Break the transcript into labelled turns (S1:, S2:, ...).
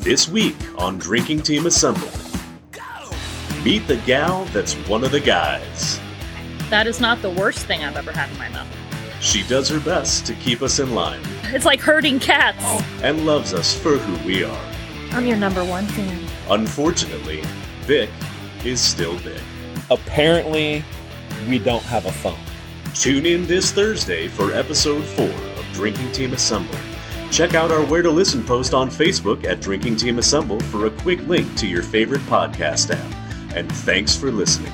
S1: This week on Drinking Team Assembled, meet the gal that's one of the guys.
S2: That is not the worst thing I've ever had in my mouth.
S1: She does her best to keep us in line
S2: It's like herding cats.
S1: and loves us for who we are.
S2: I'm your number one fan.
S1: Unfortunately, Vic is still Vic.
S3: apparently we don't have a phone.
S1: Tune in this Thursday for episode 4 of Drinking Team Assemble. Check out our Where to Listen post on Facebook at Drinking Team Assemble for a quick link to your favorite podcast app. And thanks for listening.